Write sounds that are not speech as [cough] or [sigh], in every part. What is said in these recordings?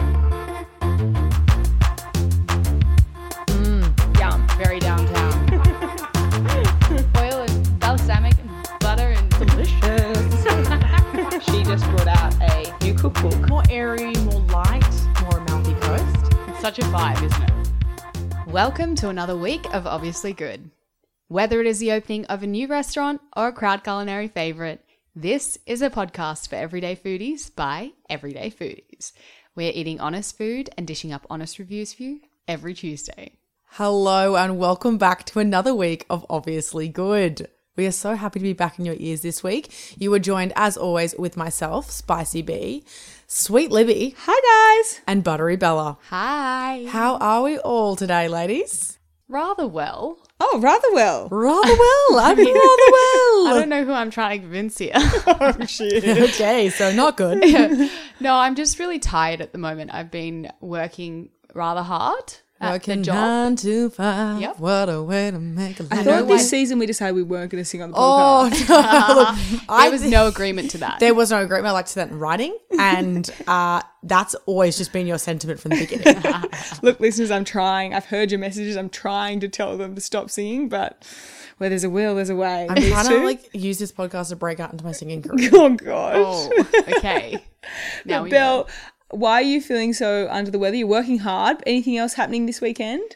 [laughs] [laughs] just brought out a new cookbook. More airy, more light, more mouthy coast. It's such a vibe, isn't it? Welcome to another week of Obviously Good. Whether it is the opening of a new restaurant or a crowd culinary favourite, this is a podcast for everyday foodies by Everyday Foodies. We're eating honest food and dishing up honest reviews for you every Tuesday. Hello, and welcome back to another week of Obviously Good. We are so happy to be back in your ears this week. You were joined, as always, with myself, Spicy B, Sweet Libby, Hi guys. and Buttery Bella. Hi! How are we all today, ladies? Rather well. Oh, rather well. Rather well. [laughs] I'm rather well. I don't know who I'm trying to convince here. [laughs] Okay, so not good. no, I'm just really tired at the moment. I've been working rather hard at Working the job. nine to five. Yep. What a way to make a I living. thought why- this season we decided we weren't going to sing on the podcast. [laughs] Oh [laughs] no! Look, I There was no agreement to [laughs] that. There was no agreement. I like to that in writing, and uh, that's always just been your sentiment from the beginning. Look, listeners, I'm trying. I've heard your messages. I'm trying to tell them to stop singing, but where there's a will, there's a way. I'm These trying [laughs] two- to like use this podcast to break out into my singing career. oh gosh. Oh, [laughs] okay. Now we know. Belle, why are you feeling so under the weather? You're working hard. Anything else happening this weekend?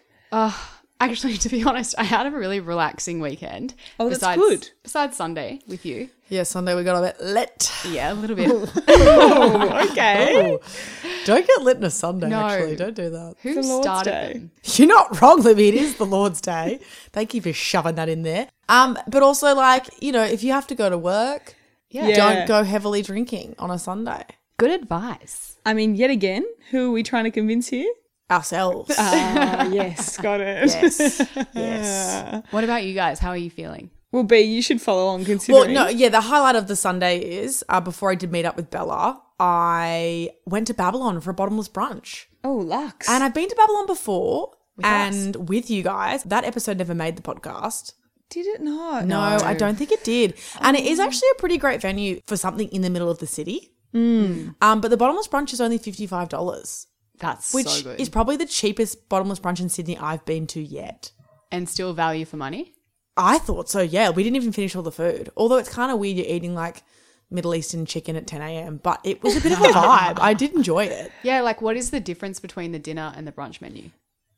Actually, to be honest, I had a really relaxing weekend. Oh, that's good. Besides Sunday with you. Yeah, Sunday we got a bit lit. Yeah, a little [laughs] bit. Oh, [laughs] okay. Don't get lit on a Sunday. No. Actually, don't do that. Who The Lord's started Day. them? You're not wrong, Libby. It is the Lord's Day. Thank you for shoving that in there. Um, but also like you know, if you have to go to work, Yeah. Yeah. don't go heavily drinking on a Sunday Good advice. I mean, yet again, who are we trying to convince here? ourselves. [laughs] Ah, yes, got it. yes, yes. What about you guys? How are you feeling? [laughs] Well, B, you should follow on Well, considering. no, yeah. The highlight of the Sunday is uh, before I did meet up with Bella, I went to Babylon for a bottomless brunch, Oh, Lux. and I've been to Babylon before and with you guys. That episode never made the podcast. did it not? No, I don't think it did. And it is actually a pretty great venue for something in the middle of the city. Um, but the bottomless brunch is only fifty five dollars, That's which so good. is probably the cheapest bottomless brunch in Sydney I've been to yet. and still value for money. I thought so, yeah. We didn't even finish all the food. Although it's kind of weird you're eating like Middle Eastern chicken at 10 a.m., but it was a bit of [laughs] a vibe. I did enjoy it. Yeah, like what is the difference between the dinner and the brunch menu?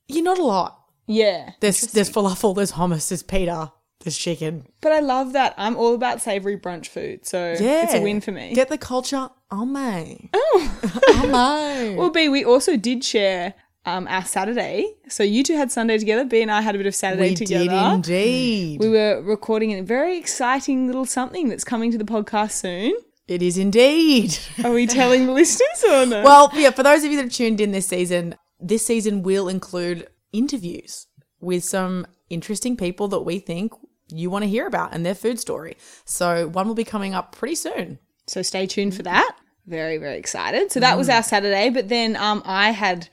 You're not a lot. Yeah. There's, there's falafel, there's hummus, there's pita, there's chicken. But I love that. I'm all about savory brunch food, so Yeah. it's a win for me. Get the culture [laughs] on me. Oh. on me. well, B, we also did share um, our Saturday. So you two had Sunday together. B and I had a bit of Saturday we together. did indeed. We were recording a very exciting little something that's coming to the podcast soon. It is indeed. [laughs] Are we telling the listeners or no? Well, yeah, for those of you that have tuned in this season, this season will include interviews with some interesting people that we think you want to hear about and their food story. So one will be coming up pretty soon. [laughs] So stay tuned for that. Very, very excited. So that was our Saturday. But then um, I had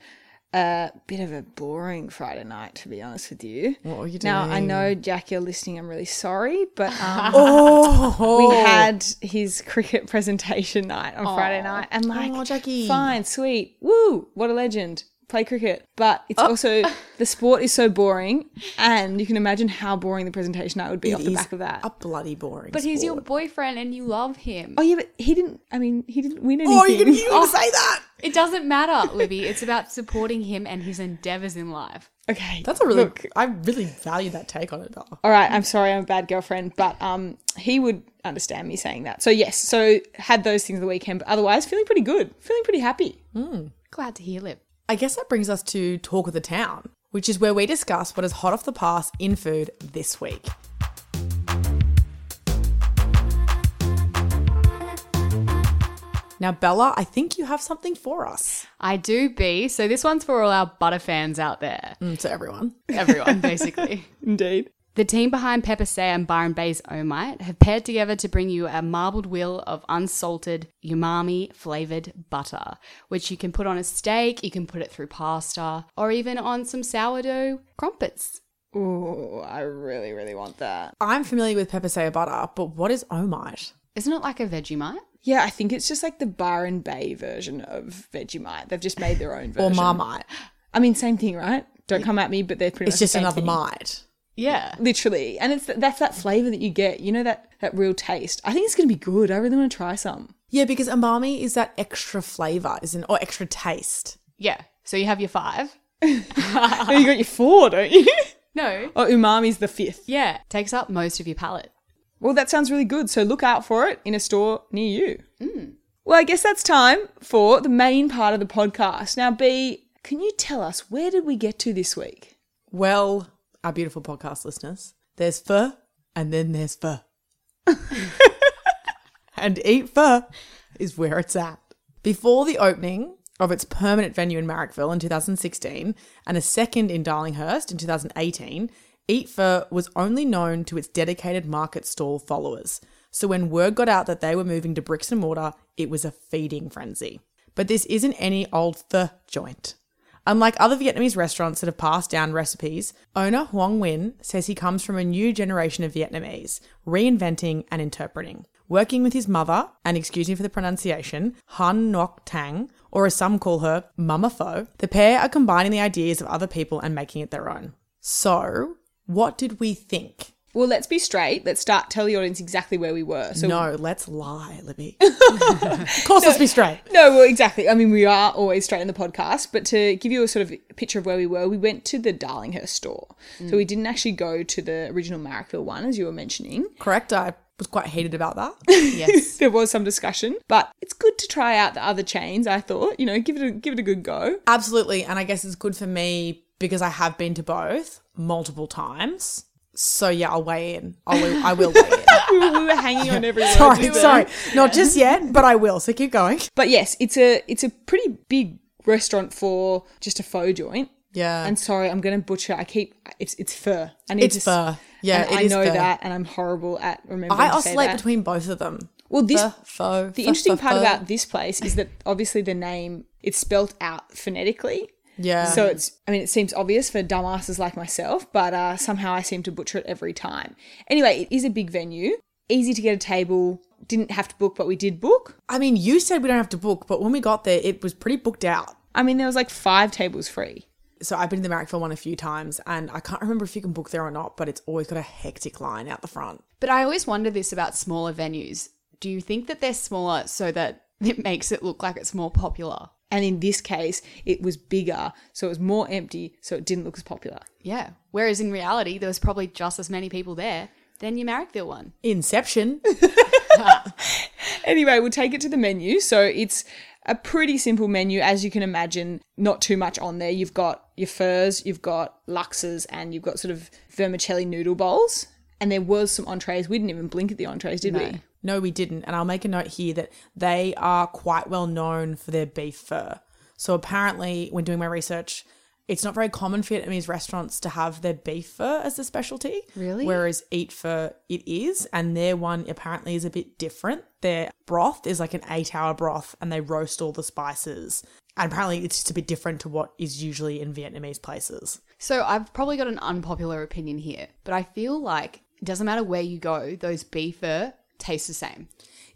a bit of a boring Friday night, to be honest with you. What were you Now, I doing? know, Jack, you're listening. I'm really sorry. But um, Oh, we had his cricket [laughs] presentation night on Friday night. And like, Aw, oh, Jackie. fine, sweet, woo, what a legend. Play cricket. But it's also, the sport is so boring. And you can imagine how boring the presentation night would be off the is back of that. a bloody boring. But he's your boyfriend and you love him. Oh yeah, Oh, but he didn't. I mean, he didn't win anything. Oh, you can, you can say that. It doesn't matter, Libby. It's about supporting him and his endeavors in life. Okay, That's a really. Look, I really value that take on it, Bella. all right. I'm sorry, I'm a bad girlfriend, but um, he would understand me saying that. So yes, so had those things the weekend, but otherwise feeling pretty good, feeling pretty happy. Glad to hear, Lib. I guess that brings us to talk of the town, which is where we discuss what is hot off the pass in food this week. Now, Bella, I think you have something for us. I do be. So this one's for all our butter fans out there. Mm, to everyone. Everyone, basically. Indeed. The team behind Pepper Say and Byron Bay's Omite have paired together to bring you a marbled wheel of unsalted umami flavored butter, which you can put on a steak, you can put it through pasta, or even on some sourdough crumpets. Ooh, I really, really want that. I'm familiar with pepper sayo butter, but what is omite? Isn't it like a Vegemite? Yeah, I think it's just like the Bar and Bay version of Vegemite. They've just made their own Or version. marmite? I mean, same thing, right? Don't come at me, but they're pretty. It's much just the same another thing. mite. Yeah. [laughs] Literally, and it's that's that flavor that you get. You know that that real taste. I think it's gonna be good. I really want to try some. Yeah, because umami is that extra flavor, isn't or extra taste. Yeah. So you have your five. Oh, you got your four, don't you? [laughs] No. oh, umami's the fifth. Yeah. Takes up most of your palate. Well, that sounds really good. So look out for it in a store near you. Hmm. Well, I guess that's time for the main part of the podcast. Now, B, can you tell us where did we get to this week? Well, our beautiful podcast listeners, there's pho and then there's pho. [laughs] and eat pho is where it's at. Before the opening of its permanent venue in Marrickville in 2016 and a second in Darlinghurst in 2018, Eat Pho was only known to its dedicated market stall followers. So when word got out that they were moving to bricks and mortar, it was a feeding frenzy. But this isn't any old pho joint. Unlike other Vietnamese restaurants that have passed down recipes, owner Huang Nguyen says he comes from a new generation of Vietnamese, reinventing and interpreting. Working with his mother, and excuse me for the pronunciation, Han Ngoc Tang, or as some call her, Mama Pho, the pair are combining the ideas of other people and making it their own. So, what did we think? Well, let's be straight. Let's start tell the audience exactly where we were. So No, let's lie, Libby. [laughs] of course, let's be straight. No, well, exactly. I mean, we are always straight in the podcast, but to give you a sort of picture of where we were, we went to the Darlinghurst store. So we didn't actually go to the original Marrickville one, as you were mentioning. [laughs] Correct, I was quite heated about that. Yes. There was some discussion, but it's good to try out the other chains. I thought, you know, give it a, give it a good go. [laughs] Absolutely. And I guess it's good for me because I have been to both multiple times. So yeah, I'll weigh in. I will, I will [laughs] weigh in. We were, we were hanging on every word. [laughs] sorry, sorry. Not [laughs] just yet, but I will. So keep going. But yes, it's a it's a pretty big restaurant for just a faux joint. Yeah. And sorry, I'm going to butcher. I keep it's it's fur. I need It's to s- pho. Yeah, and it I is know pho. that, and I'm horrible at remembering. I to say oscillate that. between both of them. Well, this Pho, pho, the pho, interesting pho, part pho. about this place is that obviously the name it's spelt out phonetically. Yeah. So it's I mean it seems obvious for dumbasses like myself, but uh, somehow I seem to butcher it every time. Anyway, it is a big venue, easy to get a table. Didn't have to book, but we did book. I mean, you said we don't have to book, but when we got there, it was pretty booked out. I mean, there was like five tables free. So I've been to the Marrickville one a few times, and I can't remember if you can book there or not, but it's always got a hectic line out the front. But I always wonder this about smaller venues. Do you think that they're smaller so that [laughs] it makes it look like it's more popular? And in this case, it was bigger, so it was more empty, so it didn't look as popular. Yeah. Whereas in reality, there was probably just as many people there than your Marrickville one. Inception. Anyway, we'll take it to the menu. So it's a pretty simple menu, as you can imagine, not too much on there. You've got your furs, you've got luxes, and you've got sort of vermicelli noodle bowls. And there was some entrees. We didn't even blink at the entrees, did we? No, we didn't. And I'll make a note here that they are quite well known for their beef fur. So apparently, when doing my research, it's not very common for Vietnamese restaurants to have their beef fur as a specialty. Really? Whereas eat fur, it is. And their one apparently is a bit different. Their broth is like an eight hour broth and they roast all the spices. And apparently, it's just a bit different to what is usually in Vietnamese places. So I've probably got an unpopular opinion here, but I feel like it doesn't matter where you go, those beef fur taste the same.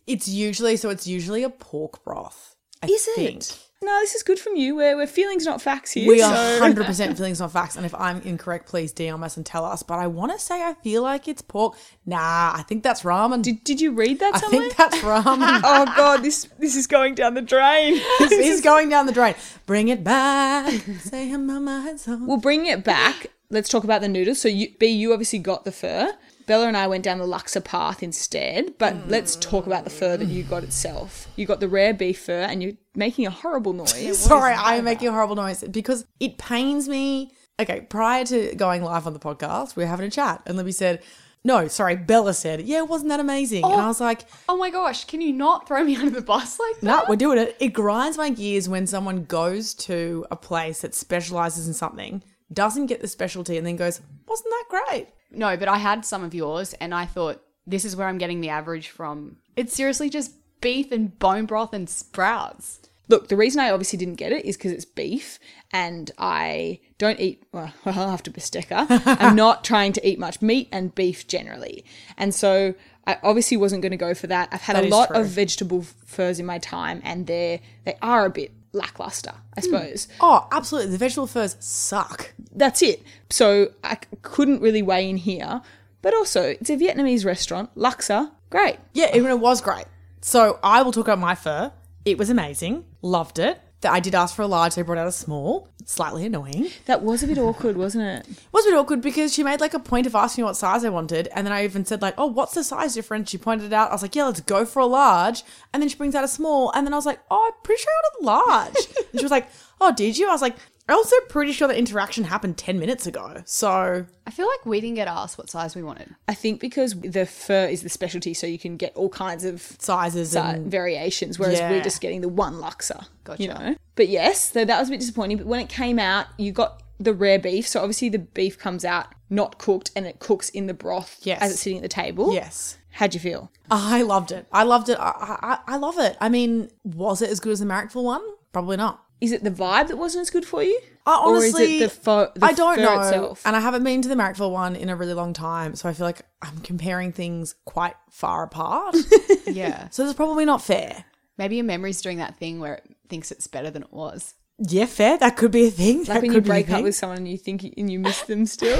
It's usually, so it's usually a pork broth. I Is it? think. No, this is good from you. We're, we're feelings, not facts here. We so- are 100% feelings, not facts. And if I'm incorrect, please DM us and tell us. But I want to say I feel like it's pork. Nah, I think that's ramen. Did, did you read that I somewhere? think that's [laughs] ramen. oh, God, this, this is going down the drain. this is going down the drain. Bring it back. [laughs] Say hi, mama. It's on. Well, bringing it back, let's talk about the noodles. So, you, B, you obviously got the fur. Bella and I went down the Luxor path instead, but Mm. let's talk about the fur that you got itself. You got the rare beef fur, and you're making a horrible [laughs] noise. Sorry, I'm making a horrible noise because it pains me. Okay, prior to going live on the podcast, we were having a chat, and Libby said, No, sorry, Bella said, Yeah, wasn't that amazing? And I was like, Oh my gosh, can you not throw me [laughs] under the bus like that? No, we're doing it. It grinds my gears when someone goes to a place that specializes in something, doesn't get the specialty, and then goes, wasn't that great? No, but I had some of yours and I thought this is where I'm getting the average from. It's seriously just beef and bone broth and sprouts. Look, the reason I obviously didn't get it is because it's beef, and I don't eat, well, [laughs] after Besteca, [laughs] I'm not trying to eat much meat and beef generally. And so I obviously wasn't going to go for that. I've had a is lot true. of vegetable furs in my time, and they're, they are a bit lackluster, I suppose. Oh, absolutely. The vegetable furs suck. that's it. So I c- couldn't really weigh in here. But also, it's a Vietnamese restaurant, Luxor, great. Yeah, even it was great. So I will talk about my fur. It was amazing. Loved it. That I did ask for a large, they brought out a small. Slightly annoying. It That was a bit awkward, wasn't it? was a bit awkward because she made like a point of asking me what size I wanted, and then I even said like, "Oh, what's the size difference?" She pointed it out. I was like, "Yeah, let's go for a large." And then she brings out a small, and then I was like, "Oh, I'm pretty sure I ordered large." and she was like, "Oh, did you?" I was like, "I'm also pretty sure the interaction happened ten minutes ago." So I feel like we didn't get asked what size we wanted. I think because the fur is the specialty, so you can get all kinds of sizes uh, and variations, whereas Yeah. we're just getting the one Luxor. Gotcha. You know? But yes, so that was a bit disappointing. But when it came out, you got the rare beef. So obviously the beef comes out not cooked and it cooks in the broth Yes. as it's sitting at the table. yes. How'd you feel? I loved it. I loved it. I, I, I- I love it. I mean, was it as good as the Marrickville one? Probably not. Is it the vibe that wasn't as good for you? I honestly, or is it the, fo- the I don't fur know. itself? And I haven't been to the Marrickville one in a really long time, so I feel like I'm comparing things quite far [laughs] apart. [laughs] Yeah. so it's probably not fair. Maybe your memory's doing that thing where it thinks it's better than it was. Yeah, fair. That could be a thing. that Like when could you be a break up thing. with someone and you think you, and you miss them still,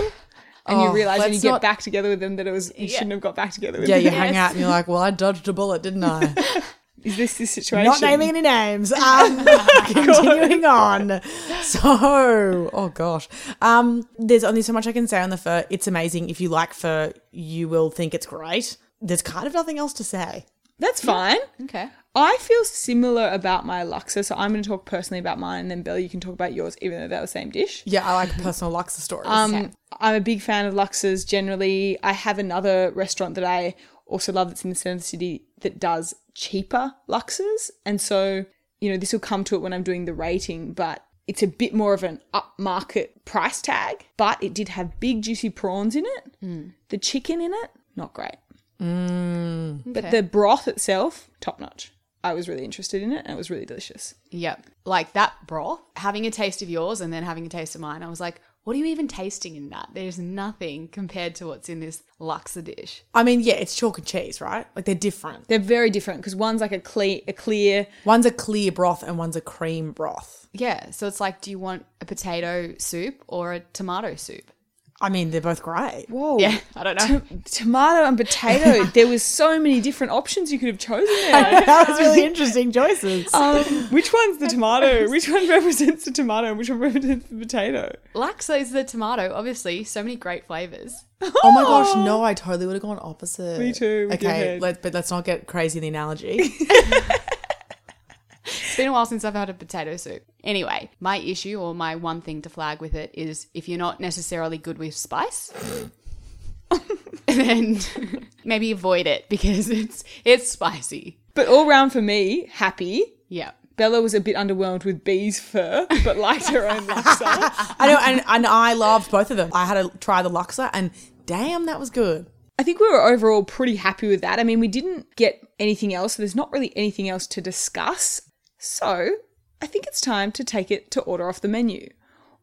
and you Oh, realize when you let's get not- back together with them that it was you Yeah. shouldn't have got back together with yeah, them. you hang out and you're like, "Well, I dodged a bullet, didn't [laughs] I?" Is this the situation? Not naming [laughs] any names. Oh [laughs] Um, continuing on. So, oh gosh. Um, there's only so much I can say on the fur. It's amazing. If you like fur, you will think it's great. There's kind of nothing else to say. That's fine. Okay. I feel similar about my Luxor, so I'm going to talk personally about mine, and then Bella, you can talk about yours, even though they're the same dish. Yeah, I like personal Luxor stories. Um, I'm a big fan of Luxors generally. I have another restaurant that I also love that's in the centre of the city that does cheaper Luxors. And so, you know, this will come to it when I'm doing the rating, but it's a bit more of an upmarket price tag. But it did have big, juicy prawns in it, the chicken in it, not great. But the broth itself, top notch. I was really interested in it and it was really delicious. Yep. Like that broth, having a taste of yours and then having a taste of mine, I was like, what are you even tasting in that? There's nothing compared to what's in this Luxor dish. I mean, yeah, it's chalk and cheese, right? Like they're different. They're very different because one's like a clear, a clear One's a clear broth and one's a cream broth. Yeah. So it's like, do you want a potato soup or a tomato soup? I mean, they're both great. whoa, Yeah. [laughs] I don't know. tomato and potato. there was so many different options you could have chosen there. [laughs] that was [laughs] really interesting choices. Um, which one's the tomato? Which one represents the tomato? And which one represents the potato? Luxor is the tomato, obviously. So many great flavors. Oh my gosh, no, I totally would have gone opposite. Me too, with your Okay, head. let, but let's not get crazy in [laughs] the analogy. It's been a while since I've had a potato soup. Anyway, my issue or my one thing to flag with it is if you're not necessarily good with spice, [laughs] then [laughs] maybe avoid it because it's it's spicy. But all round for me, happy. Yeah. Bella was a bit underwhelmed with bee's fur, but liked her own laksa. I know, and, and I loved both of them. I had to try the Luxor, and damn, that was good. I think we were overall pretty happy with that. I mean, we didn't get anything else, so there's not really anything else to discuss. So I think it's time to take it to order off the menu.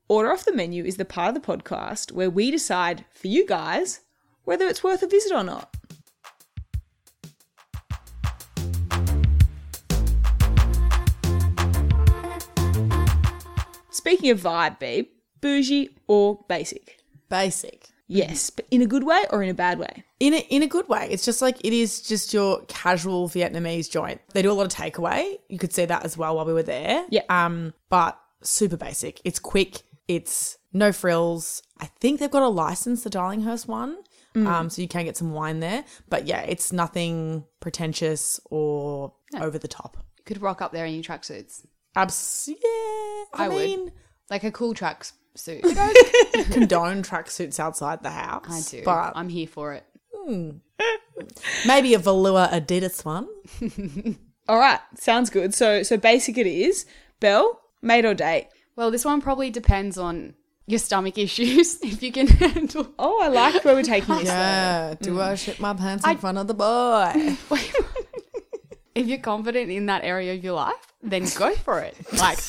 Order off the menu is the part of the podcast where we decide for you guys whether it's worth a visit or not. Speaking of vibe, babe, bougie or basic? Basic. Yes, but in a good way or in a bad way? In a, in a good way. It's just like it is just your casual Vietnamese joint. They do a lot of takeaway. You could see that as well while we were there. Yeah. Um, but super basic. It's quick. It's no frills. I think they've got a license, the Darlinghurst one. Mm. Um, so you can get some wine there. But yeah, it's nothing pretentious or over the top. You could rock up there in your tracksuits. Abs- yeah. I, I would. [laughs] mean, Like a cool tracksuit. suit. [laughs] condone tracksuits outside the house. I do. But I'm here for it. maybe a velour Adidas one. All right, sounds good. So so basic it is. Bell, mate or date? Well, this one probably depends on your stomach issues [laughs] if you can handle. Oh, I like where we're taking [laughs] this. Yeah. Do I shit my pants in front of the boy? [laughs] If you're confident in that area of your life, then go for it. Like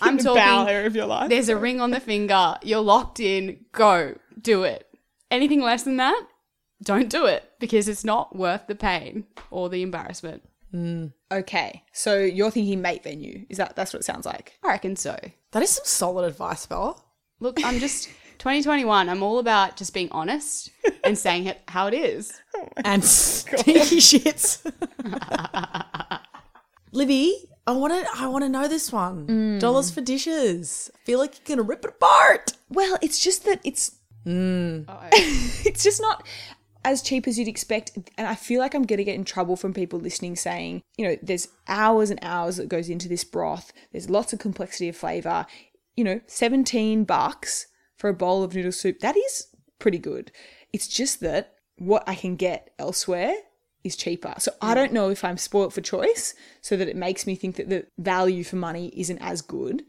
I'm though. Bow talking area of your life. there's a ring on the finger, you're locked in, go, do it. Anything less than that, don't do it because it's not worth the pain or the embarrassment. Okay, so you're thinking mate venue? Is that that's what it sounds like? I reckon so. That is some solid advice, Bella. Look, I'm just 2021, I'm all about just being honest and saying it how it is. and [laughs] stinky shits. Libby, I want to. I want to know this one. Dollars for dishes. I feel like you're gonna rip it apart. Well, it's just that it's it's just not as cheap as you'd expect and I feel like I'm going to get in trouble from people listening saying, you know, there's hours and hours that goes into this broth. There's lots of complexity of flavor. You know, 17 bucks for a bowl of noodle soup. That is pretty good. It's just that what I can get elsewhere is cheaper. So I don't know if I'm spoilt for choice so that it makes me think that the value for money isn't as good.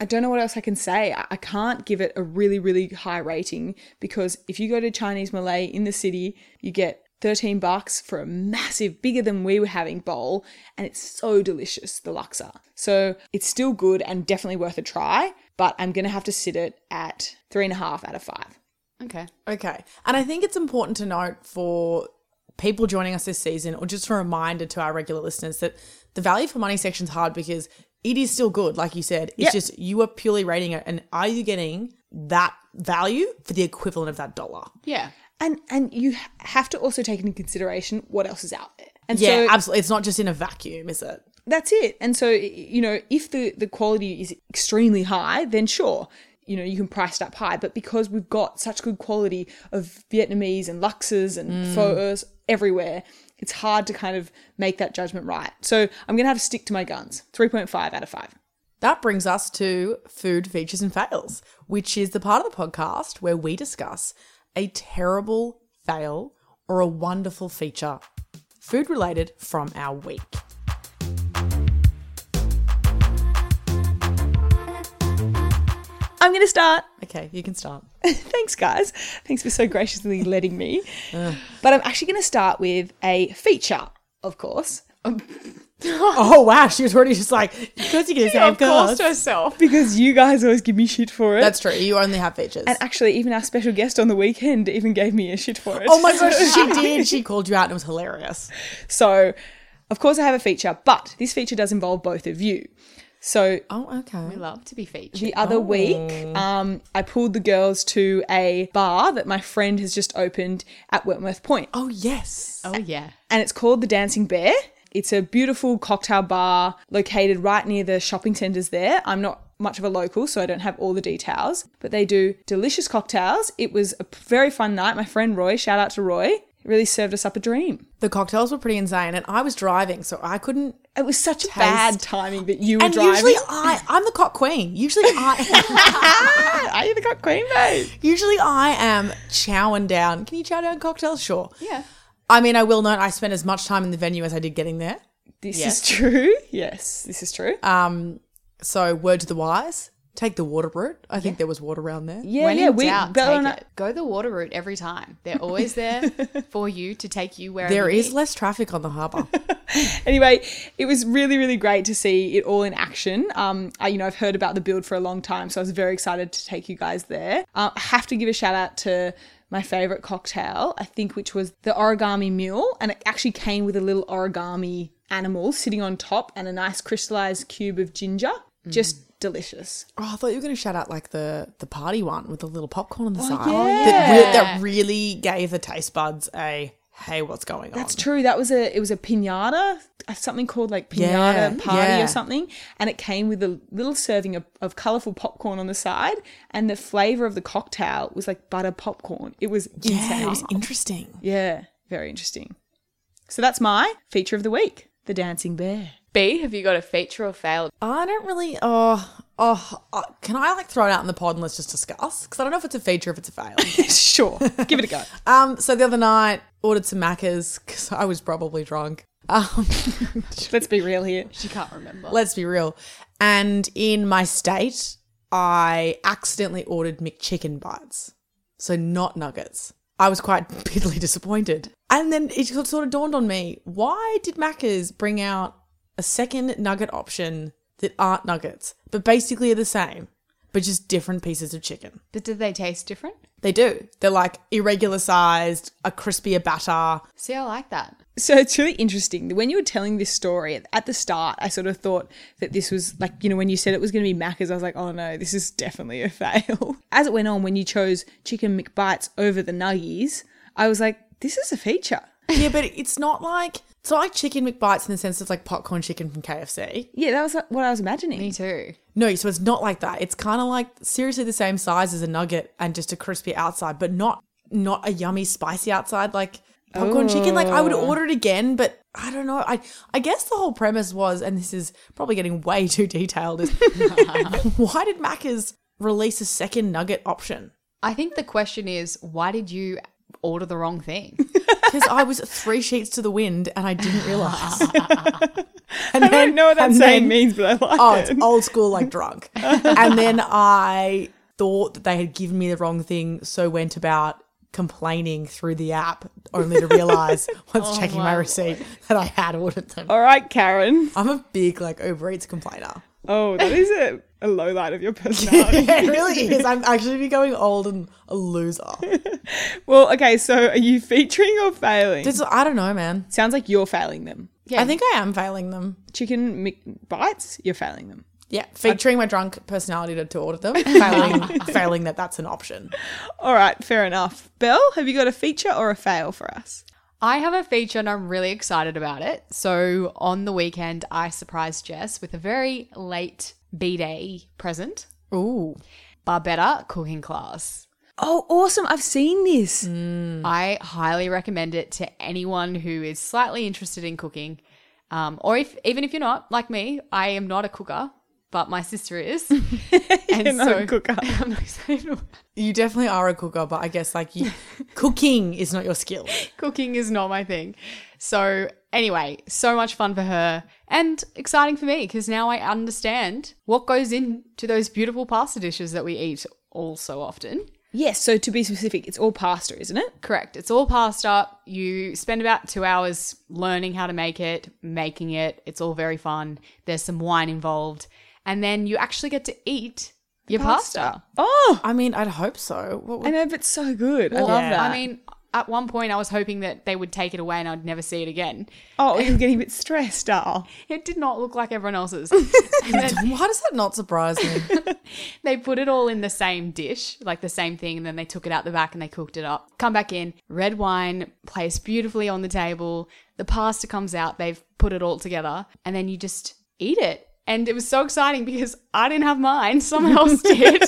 I don't know what else I can say. I I can't give it a really, really high rating because if you go to Chinese Malay in the city, you get 13 bucks for a massive, bigger than we were having bowl, and it's so delicious, the laksa. So it's still good and definitely worth a try, but I'm gonna have to sit it at three and a half out of five. Okay. Okay. And I think it's important to note for people joining us this season, or just a reminder to our regular listeners, that the value for money section's hard because it is still good, like you said. It's Yep. just you are purely rating it. And are you getting that value for the equivalent of that dollar? Yeah. And and you h- have to also take into consideration what else is out there. And Yeah, so absolutely. It's not just in a vacuum, is it? that's it. And so, you know, if the, the quality is extremely high, then sure, you know, you can price it up high. But because we've got such good quality of Vietnamese and Luxes and photos everywhere, it's hard to kind of make that judgment right. So I'm going to have to stick to my guns 3.5 out of 5. That brings us to food features and fails, which is the part of the podcast where we discuss a terrible fail or a wonderful feature, food related from our week. I'm going to start. [laughs] Okay, you can start. Thanks, guys. Thanks for so graciously letting me. But I'm actually going to start with a feature, of course. [laughs] Oh wow, she was already just like, because you can say, of course. herself. Because you guys always give me shit for it. That's true. You only have features. and actually, even our special guest on the weekend even gave me a shit for it. oh [laughs] my gosh, she did. She called you out and it was hilarious. So, of course, I have a feature, but this feature does involve both of you. So, Oh, okay. We love to be featured. [laughs] the Oh. other week, um, I pulled the girls to a bar that my friend has just opened at Wentworth Point, Oh yes. oh, yeah. and it's called the Dancing Bear. It's a beautiful cocktail bar located right near the shopping centres there. I'm not much of a local, so I don't have all the details, but they do delicious cocktails. It was a p- very fun night. My friend Roy, shout out to Roy, really served us up a dream. The cocktails were pretty insane, and I was driving, so I couldn't. It was such a bad timing that you were And driving. usually I, I'm the cock queen. Usually I, [laughs] Are you the cock queen, babe? [laughs] usually I am chowing down. Can you chow down cocktails? Sure. Yeah. I mean, I will note I spent as much time in the venue as I did getting there. This Yes. is true. Yes, this is true. Uh, So word to the wise, take the water route. I think there was water around there. yeah, when yeah. in We doubt, Bella take and I- it. Go the water route every time. They're always there for you to take you wherever There you is need. less traffic on the harbour. anyway, it was really, really great to see it all in action. Um, I, you know, I've heard about the build for a long time, so I was very excited to take you guys there. Um, I have to give a shout out to my favorite cocktail, I think, which was the origami mule, and it actually came with a little origami animal sitting on top and a nice crystallized cube of ginger. Just delicious. Oh, I thought you were going to shout out like the the party one with the little popcorn on the side. yeah. That, re- that really gave the taste buds a hey, what's going on? That's true. That was a it was a pinata, uh, something called like pinata Yeah, party yeah. or something, and it came with a little serving of, of colorful popcorn on the side, and the flavor of the cocktail was like butter popcorn. It was yeah, insane. it was interesting. yeah, very interesting. So that's my feature of the week: the dancing [laughs] bear. [laughs] B, have you got a feature or fail? I don't really. Oh, oh, oh, can I like throw it out in the pod and let's just discuss? Because I don't know if it's a feature, if it's a [laughs] fail. sure, give it [laughs] a go. um, so the other night ordered some macas because I was probably drunk. Um, Let's be real here. She can't remember. let's be real. And in my state, I accidentally ordered McChicken bites. So not nuggets. I was quite [laughs] bitterly disappointed. And then it sort of dawned on me, why did Macca's bring out a second nugget option that aren't nuggets, but basically are the same, but just different pieces of chicken? But did they taste different? They do. They're like irregular sized, a crispier batter. See, I like that. So it's really interesting. When you were telling this story at the start, I sort of thought that this was like, you know, when you said it was going to be Macca's, I was like, oh no, this is definitely a [laughs] fail. As it went on, when you chose Chicken McBites over the Nuggies, I was like, this is a feature. yeah, but it's not like it's not like chicken McBites in the sense of like popcorn chicken from KFC. Yeah, that was like, what I was imagining. Me too. No, so it's not like that. It's kind of like seriously the same size as a nugget and just a crispy outside, but not not a yummy spicy outside like popcorn chicken. Like I would Oh. order it again, but I don't know. I I guess the whole premise was, and this is probably getting way too [laughs] detailed. Is why did Macca's release a second nugget option? I think the question is, why did you order the wrong thing? Because I was three sheets to the wind and I didn't [laughs] realize. and I don't know what that and saying then- means, but I like Oh, it. [laughs] it's [laughs] old school, like drunk. and then I thought that they had given me the wrong thing, so went about complaining through the app, only to [laughs] realize once checking Oh my receipt that I had ordered them. All right, Karen. I'm a big like Uber Eats [laughs] complainer. Oh, that is a, a low light of your [laughs] personality. it really is. I'm actually becoming old and a loser. well, okay, so are you featuring or failing? It's, I don't know, man. Sounds like you're failing them. Yeah. I think I am failing them. Chicken McBites, you're failing them. Yeah, featuring my drunk personality to, to [laughs] order them, failing, failing that that's an option. All right, fair enough. Belle, have you got a feature or a fail for us? I have a feature and I'm really excited about it. So on the weekend, I surprised Jess with a very late B day present Ooh, Barbetta cooking class. Oh, awesome. I've seen this. I highly recommend it to anyone who is slightly interested in cooking. Um, or if even if you're not, like me, I am not a cooker, but my sister [laughs] is. and You're not a cooker. [laughs] I'm not excited. You definitely are a cooker, but I guess like [laughs] you, cooking is not your skill. cooking is not my thing. So, anyway, so much fun for her and exciting for me because now I understand what goes into those beautiful pasta dishes that we eat all so often. Yes, so to be specific, it's all pasta, isn't it? Correct. It's all pasta. You spend about two hours learning how to make it, making it. It's all very fun. There's some wine involved. And then you actually get to eat your pasta. Oh, I mean, I'd hope so. What I would, know, but so good. I love yeah. that. I mean, at one point, I was hoping that they would take it away and I'd never see it again. [laughs] oh, you're getting a bit stressed, ah. Al. It did not look like everyone else's. [laughs] [laughs] why does that not surprise me? they put it all in the same dish, like the same thing, and then they took it out the back and they cooked it up. Come back in, red wine placed beautifully on the table. The pasta comes out, they've put it all together, and then you just eat it. And it was so exciting because I didn't have mine, [laughs] someone [laughs] else did.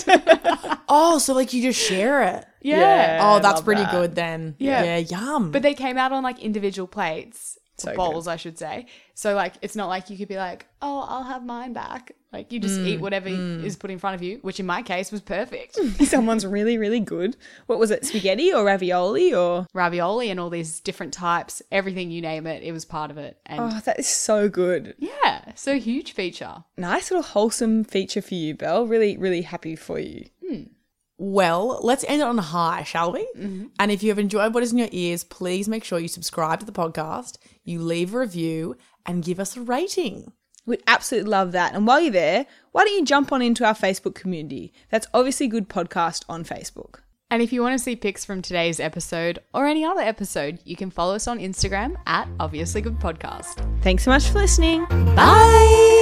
oh, so like you just share it. yeah. Yeah. I oh, that's love pretty that. good then. Yeah. yeah, yum. But they came out on like individual plates. or good. bowls, I should say. So like, it's not like you could be like, "Oh, I'll have mine back." Like, you just eat Mm, whatever is put in front of you, which in my case was perfect. Someone's really, really good. What was it, spaghetti or ravioli or? ravioli and all these different types, everything you name it, it was part of it. And Oh, that is so good. yeah, so huge feature. Nice little wholesome feature for you, Belle. Really, really happy for you. well, let's end it on a high, shall we? And if you have enjoyed what is in your ears, please make sure you subscribe to the podcast, you leave a review, and give us a rating. We'd absolutely love that. And while you're there, why don't you jump on into our Facebook community? That's obviously good podcast on Facebook. And if you want to see pics from today's episode or any other episode, you can follow us on Instagram at Obviously Good Podcast. Thanks so much for listening. Bye.